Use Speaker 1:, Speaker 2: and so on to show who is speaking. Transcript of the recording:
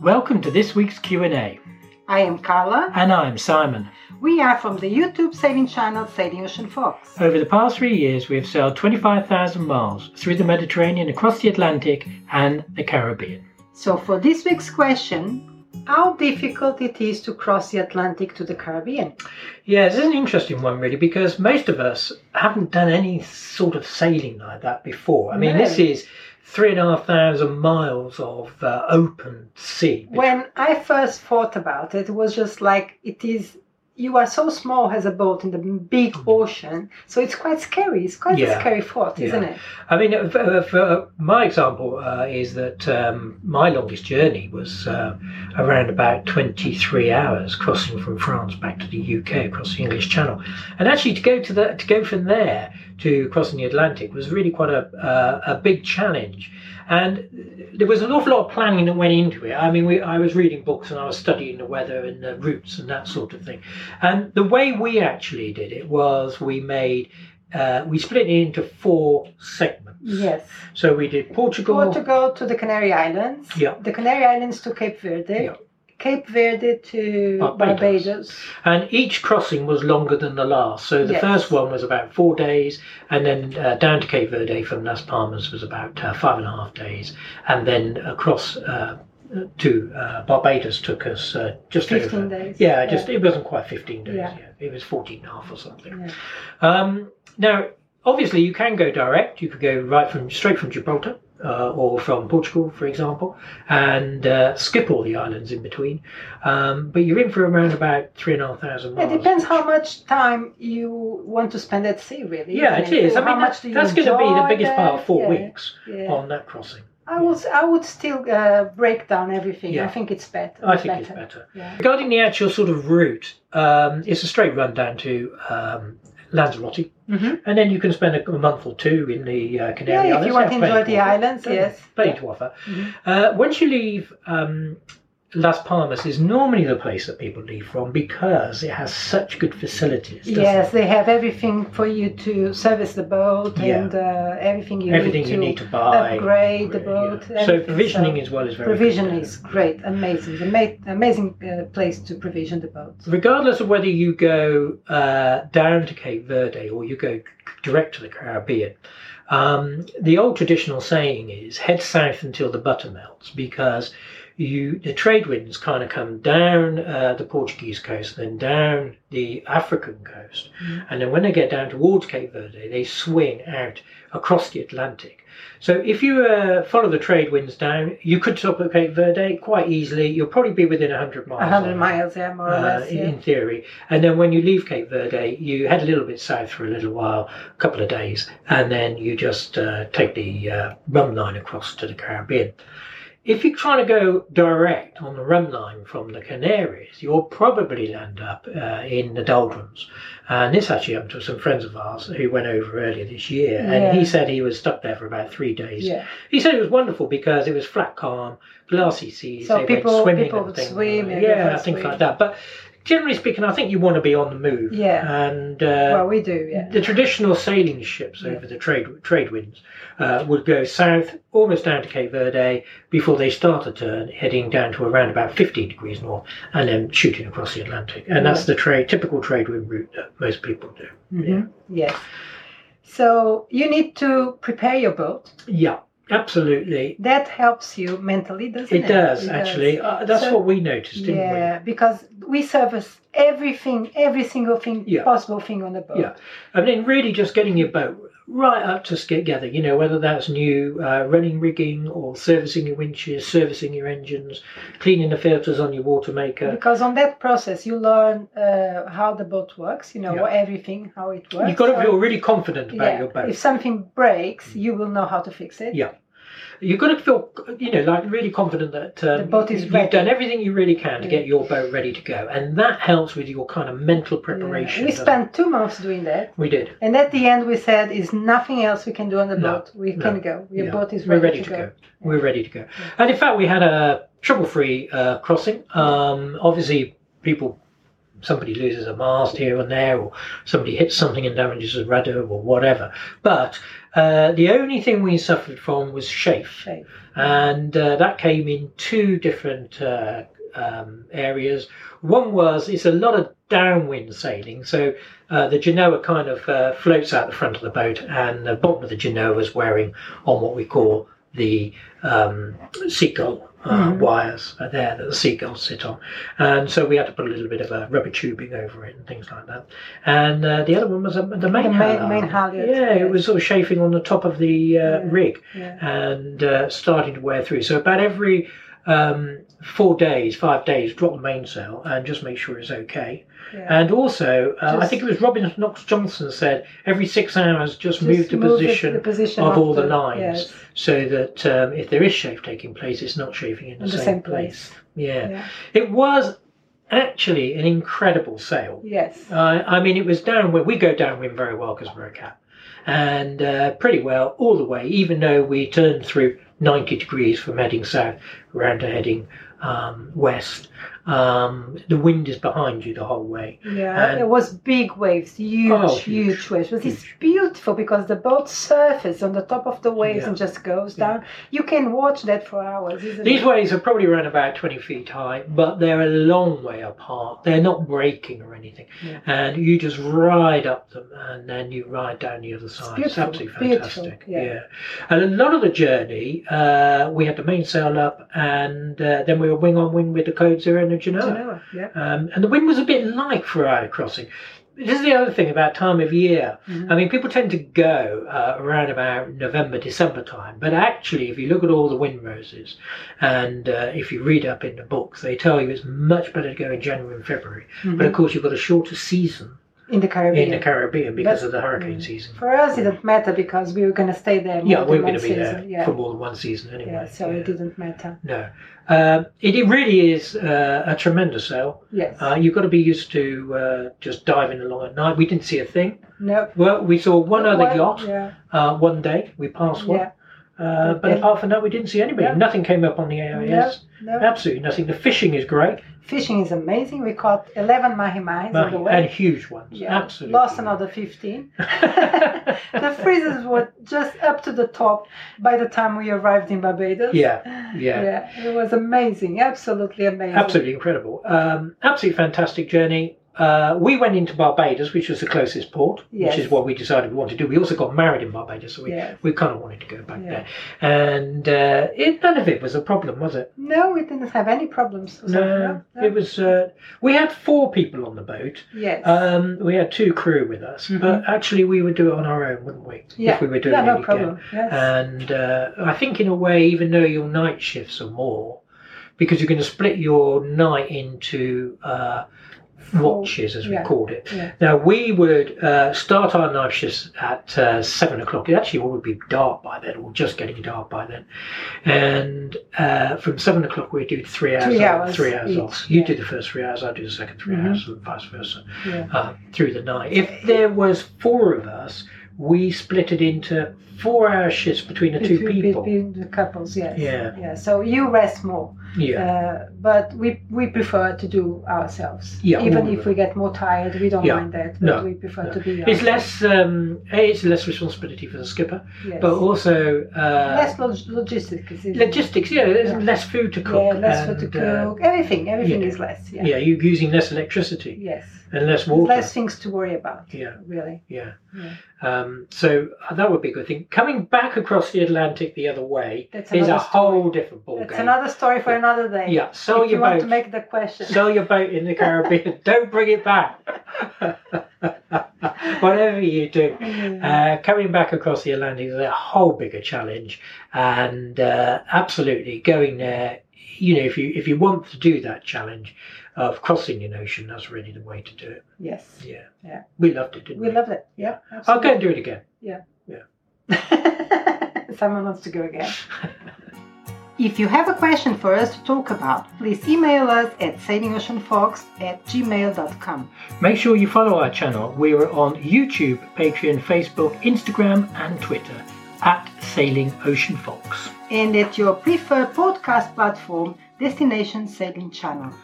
Speaker 1: Welcome to this week's Q&A.
Speaker 2: I am Carla.
Speaker 1: And I'm Simon.
Speaker 2: We are from the YouTube sailing channel Sailing Ocean Fox.
Speaker 1: Over the past three years, we have sailed 25,000 miles through the Mediterranean, across the Atlantic, and the Caribbean.
Speaker 2: So for this week's question, how difficult it is to cross the Atlantic to the Caribbean?
Speaker 1: Yeah, this is an interesting one, really, because most of us haven't done any sort of sailing like that before. I mean,
Speaker 2: No.
Speaker 1: this is three and a half thousand miles of uh, open sea.
Speaker 2: When I first thought about it, it was just like it is you are so small as a boat in the big ocean, so it's quite scary. It's quite
Speaker 1: Yeah.
Speaker 2: a scary thought,
Speaker 1: Yeah.
Speaker 2: isn't it?
Speaker 1: I mean, uh, for, for my example uh, is that um, my longest journey was uh, around about 23 hours crossing from France back to the UK across the English Channel, and actually to go to the, to go from there to crossing the Atlantic was really quite a uh, a big challenge. And there was an awful lot of planning that went into it. I mean, we, I was reading books and I was studying the weather and the routes and that sort of thing. And the way we actually did it was we made uh, we split it into four segments.
Speaker 2: Yes.
Speaker 1: So we did Portugal.
Speaker 2: Portugal to the Canary Islands.
Speaker 1: Yeah.
Speaker 2: The Canary Islands to Cape Verde.
Speaker 1: Yeah.
Speaker 2: Cape Verde to
Speaker 1: Barbados.
Speaker 2: Barbados.
Speaker 1: and each crossing was longer than the last. So the
Speaker 2: Yes.
Speaker 1: first one was about four days, and then uh, down to Cape Verde from Las Palmas was about uh, five and a half days, and then across uh, to uh, Barbados took us uh, just
Speaker 2: 15
Speaker 1: over.
Speaker 2: days.
Speaker 1: Yeah, just it wasn't quite 15 days. Yeah.
Speaker 2: Yeah.
Speaker 1: It was 14 and a half or something.
Speaker 2: Yeah.
Speaker 1: Um, now, obviously, you can go direct. You could go right from straight from Gibraltar uh, or from Portugal, for example, and uh, skip all the islands in between. Um, but you're in for around about three and a half thousand miles.
Speaker 2: It depends how much time you want to spend at sea, really.
Speaker 1: Yeah, it
Speaker 2: isn't
Speaker 1: is. I
Speaker 2: How
Speaker 1: mean,
Speaker 2: much
Speaker 1: that's,
Speaker 2: do you
Speaker 1: that's going to be the
Speaker 2: enjoy
Speaker 1: biggest part of
Speaker 2: that?
Speaker 1: four
Speaker 2: Yeah,
Speaker 1: weeks
Speaker 2: yeah.
Speaker 1: on that crossing.
Speaker 2: I would, I would still uh, break down everything.
Speaker 1: Yeah.
Speaker 2: I think it's better.
Speaker 1: I think it's better.
Speaker 2: Yeah.
Speaker 1: Regarding the actual sort of route, um, it's a straight run down to um, Lanzarote,
Speaker 2: Mhm.
Speaker 1: and then you can spend a, a month or two in the uh,
Speaker 2: Yeah,
Speaker 1: Canary Islands.
Speaker 2: if you want to
Speaker 1: They're plenty
Speaker 2: enjoy the
Speaker 1: to offer,
Speaker 2: islands,
Speaker 1: don't they?
Speaker 2: yes.
Speaker 1: Plenty
Speaker 2: Yeah.
Speaker 1: to offer.
Speaker 2: Mhm.
Speaker 1: Uh, once you leave um, Las Palmas, is normally the place that people leave from because it has such good facilities. doesn't
Speaker 2: Yes,
Speaker 1: it?
Speaker 2: they have everything for you to service the boat
Speaker 1: Yeah.
Speaker 2: and uh, everything you
Speaker 1: everything
Speaker 2: need
Speaker 1: you
Speaker 2: to
Speaker 1: need to buy.
Speaker 2: upgrade the
Speaker 1: yeah.
Speaker 2: boat.
Speaker 1: So
Speaker 2: everything.
Speaker 1: provisioning as well is very good
Speaker 2: provision
Speaker 1: there.
Speaker 2: is great, amazing, ama- amazing uh, place to provision the boat.
Speaker 1: regardless of whether you go uh, down to Cape Verde or you go direct to the Caribbean, um, the old traditional saying is head south until the butter melts because you the trade winds kind of come down uh, the Portuguese coast, then down the African coast,
Speaker 2: Mhm.
Speaker 1: and then when they get down towards Cape Verde, they swing out across the Atlantic. So if you uh, follow the trade winds down, you could stop at Cape Verde quite easily. You'll probably be within 100 miles.
Speaker 2: A hundred
Speaker 1: of it
Speaker 2: miles, yeah, more or
Speaker 1: uh,
Speaker 2: less.
Speaker 1: in
Speaker 2: Yeah.
Speaker 1: in theory. And then when you leave Cape Verde, you head a little bit south for a little while, a couple of days, and then you just uh, take the uh, rum line across to the Caribbean. If you're trying to go direct on the rum line from the Canaries, you'll probably land up uh, in the doldrums. And this actually happened to some friends of ours who went over earlier this year, and he
Speaker 2: Yeah.
Speaker 1: said he was stuck there for about three days.
Speaker 2: yeah.
Speaker 1: He said it was wonderful because it was flat calm, glassy seas.
Speaker 2: So
Speaker 1: they went
Speaker 2: people-
Speaker 1: swimming
Speaker 2: people
Speaker 1: and
Speaker 2: would
Speaker 1: things
Speaker 2: swim,
Speaker 1: like,
Speaker 2: yeah,
Speaker 1: yeah,
Speaker 2: people
Speaker 1: things like
Speaker 2: swim.
Speaker 1: that. But generally speaking, I think you want to be on the move.
Speaker 2: Yeah.
Speaker 1: And uh,
Speaker 2: Well, we do, yeah.
Speaker 1: the traditional sailing ships
Speaker 2: Yeah.
Speaker 1: over the trade trade winds uh, would go south, almost down to Cape Verde, before they start a turn, heading down to around about 15 degrees north, and then shooting across the Atlantic. And that's the trade typical trade wind route that most people do.
Speaker 2: Mhm.
Speaker 1: Mm-hmm.
Speaker 2: Yes. So you need to prepare your boat.
Speaker 1: Yeah, absolutely.
Speaker 2: That helps you mentally, doesn't it?
Speaker 1: It does actually. Uh, that's
Speaker 2: So-
Speaker 1: what we noticed, didn't we?
Speaker 2: Yeah, because we service everything, every single thing,
Speaker 1: Yeah.
Speaker 2: possible thing on the boat.
Speaker 1: Yeah. I mean, really just getting your boat right up to together, you know, whether that's new uh, running rigging or servicing your winches, servicing your engines, cleaning the filters on your water maker.
Speaker 2: Because on that process, you learn uh, how the boat works, you know,
Speaker 1: Yeah.
Speaker 2: everything, how it works.
Speaker 1: You've got to
Speaker 2: So-
Speaker 1: feel really confident about
Speaker 2: yeah,
Speaker 1: your boat. Mm.
Speaker 2: If something breaks, you will know how to fix it.
Speaker 1: Yeah. You've got to feel, you know, like really confident that um,
Speaker 2: The boat is
Speaker 1: you've
Speaker 2: ready.
Speaker 1: done everything you really can to
Speaker 2: Yeah.
Speaker 1: get your boat ready to go, and that helps with your kind of mental
Speaker 2: Yeah.
Speaker 1: preparation.
Speaker 2: We
Speaker 1: doesn't it?
Speaker 2: spent two months doing that.
Speaker 1: We did.
Speaker 2: And at the end, we said, "Is nothing else we can do on the
Speaker 1: No,
Speaker 2: boat. We
Speaker 1: no.
Speaker 2: can go. Your
Speaker 1: Yeah.
Speaker 2: boat is
Speaker 1: We're
Speaker 2: ready,
Speaker 1: ready to go. We're ready to go. And in fact, we had a trouble-free uh, crossing. Um, obviously, people, somebody loses a mast here and there, or somebody hits something and damages a rudder or whatever. But Uh, the only thing we suffered from was chafe,
Speaker 2: Shape.
Speaker 1: and uh, that came in two different uh, um, areas. One was it's a lot of downwind sailing, so uh, the genoa kind of uh, floats out the front of the boat, and the bottom of the genoa is wearing on what we call the um, seagull uh,
Speaker 2: Mhm.
Speaker 1: wires are there that the seagulls sit on, and so we had to put a little bit of uh, rubber tubing over it and things like that. And uh, the other one was um, the main
Speaker 2: The main-
Speaker 1: halyard.
Speaker 2: main halyard,
Speaker 1: Yeah,
Speaker 2: yes.
Speaker 1: it was sort of chafing on the top of the uh,
Speaker 2: Yeah.
Speaker 1: rig
Speaker 2: Yeah.
Speaker 1: and uh, starting to wear through. So about every um, four days, five days, drop the mainsail and just make sure it's okay.
Speaker 2: yeah.
Speaker 1: And also, uh, I
Speaker 2: Just-
Speaker 1: think it was Robin Knox Johnson said every six hours, just,
Speaker 2: Just
Speaker 1: move the
Speaker 2: move
Speaker 1: position
Speaker 2: the position
Speaker 1: of all the
Speaker 2: the-
Speaker 1: lines
Speaker 2: yes,
Speaker 1: so that um, if there is shafe taking place, it's not chafing in the,
Speaker 2: in the
Speaker 1: same,
Speaker 2: same
Speaker 1: place.
Speaker 2: place.
Speaker 1: Yeah.
Speaker 2: Yeah.
Speaker 1: it was actually an incredible sail.
Speaker 2: Yes.
Speaker 1: I Uh, I mean, it was downwind. We go downwind very well because we're a cat, and uh, pretty well all the way. Even though we turned through ninety degrees from heading south round to heading um, west, um, the wind is behind you the whole way.
Speaker 2: Yeah,
Speaker 1: And-
Speaker 2: it was big waves, huge,
Speaker 1: Oh,
Speaker 2: huge,
Speaker 1: huge,
Speaker 2: waves. But it's
Speaker 1: huge.
Speaker 2: beautiful because the boat surfaces on the top of the waves
Speaker 1: Yeah.
Speaker 2: and just goes
Speaker 1: Yeah.
Speaker 2: down. You can watch that for hours. Isn't
Speaker 1: These
Speaker 2: it?
Speaker 1: waves are probably around about twenty feet high, but they're a long way apart. They're not breaking or anything,
Speaker 2: Yeah.
Speaker 1: and you just ride up them and then you ride down the other side. It's,
Speaker 2: beautiful,
Speaker 1: absolutely
Speaker 2: beautiful,
Speaker 1: fantastic.
Speaker 2: yeah.
Speaker 1: yeah. And a lot of the journey, uh, we had the mainsail up, and uh, then we were wing on wing with the Code Zero and the
Speaker 2: Do you
Speaker 1: Genoa.
Speaker 2: know? Yeah.
Speaker 1: Um, and the wind was a bit light for our crossing. This is the other thing about time of year.
Speaker 2: Mhm.
Speaker 1: I mean, people tend to go uh, around about November, December time, but actually, if you look at all the wind roses, and uh, if you read up in the books, they tell you it's much better to go in January and February. But of course, you've got a shorter season
Speaker 2: Mm-hmm. in the Caribbean.
Speaker 1: in the Caribbean because
Speaker 2: That's-
Speaker 1: of the hurricane
Speaker 2: mm.
Speaker 1: season.
Speaker 2: for us, it didn't matter because we were going to stay there. More
Speaker 1: Yeah,
Speaker 2: than
Speaker 1: we were
Speaker 2: one
Speaker 1: going to be
Speaker 2: season.
Speaker 1: there
Speaker 2: Yeah.
Speaker 1: for more than one season anyway.
Speaker 2: yeah, so
Speaker 1: yeah.
Speaker 2: it didn't matter.
Speaker 1: No. Um, it, it really is uh, a tremendous sail.
Speaker 2: Yes.
Speaker 1: Uh, you've got to be used to uh, just diving along at night. We didn't see a thing.
Speaker 2: no.
Speaker 1: Well, we saw one other
Speaker 2: Well,
Speaker 1: yacht
Speaker 2: Yeah.
Speaker 1: uh, one day. We passed one.
Speaker 2: yeah.
Speaker 1: Uh, but
Speaker 2: Okay.
Speaker 1: apart from that, we didn't see anybody.
Speaker 2: Yeah.
Speaker 1: Nothing came up on the AIS.
Speaker 2: No.
Speaker 1: Absolutely nothing. The fishing is great
Speaker 2: Fishing is amazing. We caught 11 mahimahis on
Speaker 1: Mahi,
Speaker 2: the
Speaker 1: and
Speaker 2: way.
Speaker 1: huge ones.
Speaker 2: Yeah.
Speaker 1: Absolutely.
Speaker 2: Lost another 15. the freezers were just up to the top by the time we arrived in Barbados.
Speaker 1: Yeah, yeah.
Speaker 2: Yeah, it was amazing, absolutely amazing.
Speaker 1: Absolutely incredible. Um, absolutely fantastic journey. Uh, we went into Barbados, which was the closest port,
Speaker 2: Yes.
Speaker 1: which is what we decided we wanted to do. We also got married in Barbados, so we,
Speaker 2: Yes.
Speaker 1: we kind of wanted to go back
Speaker 2: Yeah.
Speaker 1: there. And uh, it, none of it was a problem, was it?
Speaker 2: No, we didn't have any problems. So,
Speaker 1: No,
Speaker 2: no.
Speaker 1: it was. Uh, we had four people on the boat.
Speaker 2: Yes.
Speaker 1: Um, we had two crew with us, but actually we would do it on our own, wouldn't we?
Speaker 2: Mm-hmm. Yeah.
Speaker 1: If we were doing
Speaker 2: yeah,
Speaker 1: it
Speaker 2: no
Speaker 1: again.
Speaker 2: problem. Yes.
Speaker 1: And uh, I think, in a way, even though your night shifts are more, because you're going to split your night into uh,
Speaker 2: Four-
Speaker 1: watches, as
Speaker 2: yeah,
Speaker 1: we called it.
Speaker 2: yeah.
Speaker 1: Now, we would uh, start our night shifts at uh, seven o'clock. It actually would be dark by then, or just getting dark by then. And uh, from seven o'clock, we do three hours
Speaker 2: Three
Speaker 1: on,
Speaker 2: hours
Speaker 1: three hours
Speaker 2: each,
Speaker 1: off. You
Speaker 2: yeah.
Speaker 1: do the first three hours, I do the second 3
Speaker 2: Mhm.
Speaker 1: hours, and vice versa
Speaker 2: yeah.
Speaker 1: uh, through the night. If there was four of us, we split it into four-hour shifts between the two
Speaker 2: Between-
Speaker 1: people.
Speaker 2: Between the couples, yes.
Speaker 1: Yeah.
Speaker 2: Yeah. So you rest more,
Speaker 1: Yeah,
Speaker 2: uh, but we we prefer to do ourselves.
Speaker 1: Yeah,
Speaker 2: Even
Speaker 1: all
Speaker 2: if
Speaker 1: of
Speaker 2: we get more tired, we don't
Speaker 1: Yeah.
Speaker 2: mind that. But
Speaker 1: No,
Speaker 2: we prefer
Speaker 1: no.
Speaker 2: to be.
Speaker 1: it's less.
Speaker 2: ourselves.
Speaker 1: Um, a, it's less responsibility for the skipper,
Speaker 2: Yes.
Speaker 1: but also uh,
Speaker 2: less log- logistics. isn't it?
Speaker 1: logistics. Yeah, there's
Speaker 2: Yeah.
Speaker 1: less food to cook.
Speaker 2: Yeah, less for to
Speaker 1: and, uh,
Speaker 2: cook. everything, everything
Speaker 1: yeah.
Speaker 2: is less. Yeah.
Speaker 1: yeah. you're using less electricity
Speaker 2: Yes.
Speaker 1: and less water.
Speaker 2: Less things to worry about.
Speaker 1: Yeah.
Speaker 2: Really.
Speaker 1: Yeah.
Speaker 2: Yeah.
Speaker 1: Um, so that would be a good thing. Coming back across the Atlantic the other way
Speaker 2: That's
Speaker 1: is a
Speaker 2: another story.
Speaker 1: whole different ballgame.
Speaker 2: That's another story for another day.
Speaker 1: Yeah, sell
Speaker 2: if
Speaker 1: your
Speaker 2: you want to
Speaker 1: boat.
Speaker 2: make the question.
Speaker 1: Sell your boat in the Caribbean. Don't bring it back. Whatever you do.
Speaker 2: Yeah.
Speaker 1: Uh, coming back across the Atlantic is a whole bigger challenge, and uh, absolutely going there. You know, if you if you want to do that challenge of crossing an ocean, that's really the way to do it.
Speaker 2: yes.
Speaker 1: Yeah,
Speaker 2: Yeah.
Speaker 1: we loved it, didn't we?
Speaker 2: We loved it. Yeah.
Speaker 1: I'll go and do it again.
Speaker 2: absolutely. Someone wants to go again. If you have a question for us to talk about, please email us at sailingoceanfox at gmail.com.
Speaker 1: Make sure you follow our channel. We're on YouTube, Patreon, Facebook, Instagram, and Twitter at Sailing Ocean Fox.
Speaker 2: and at your preferred podcast platform, Destination Sailing Channel.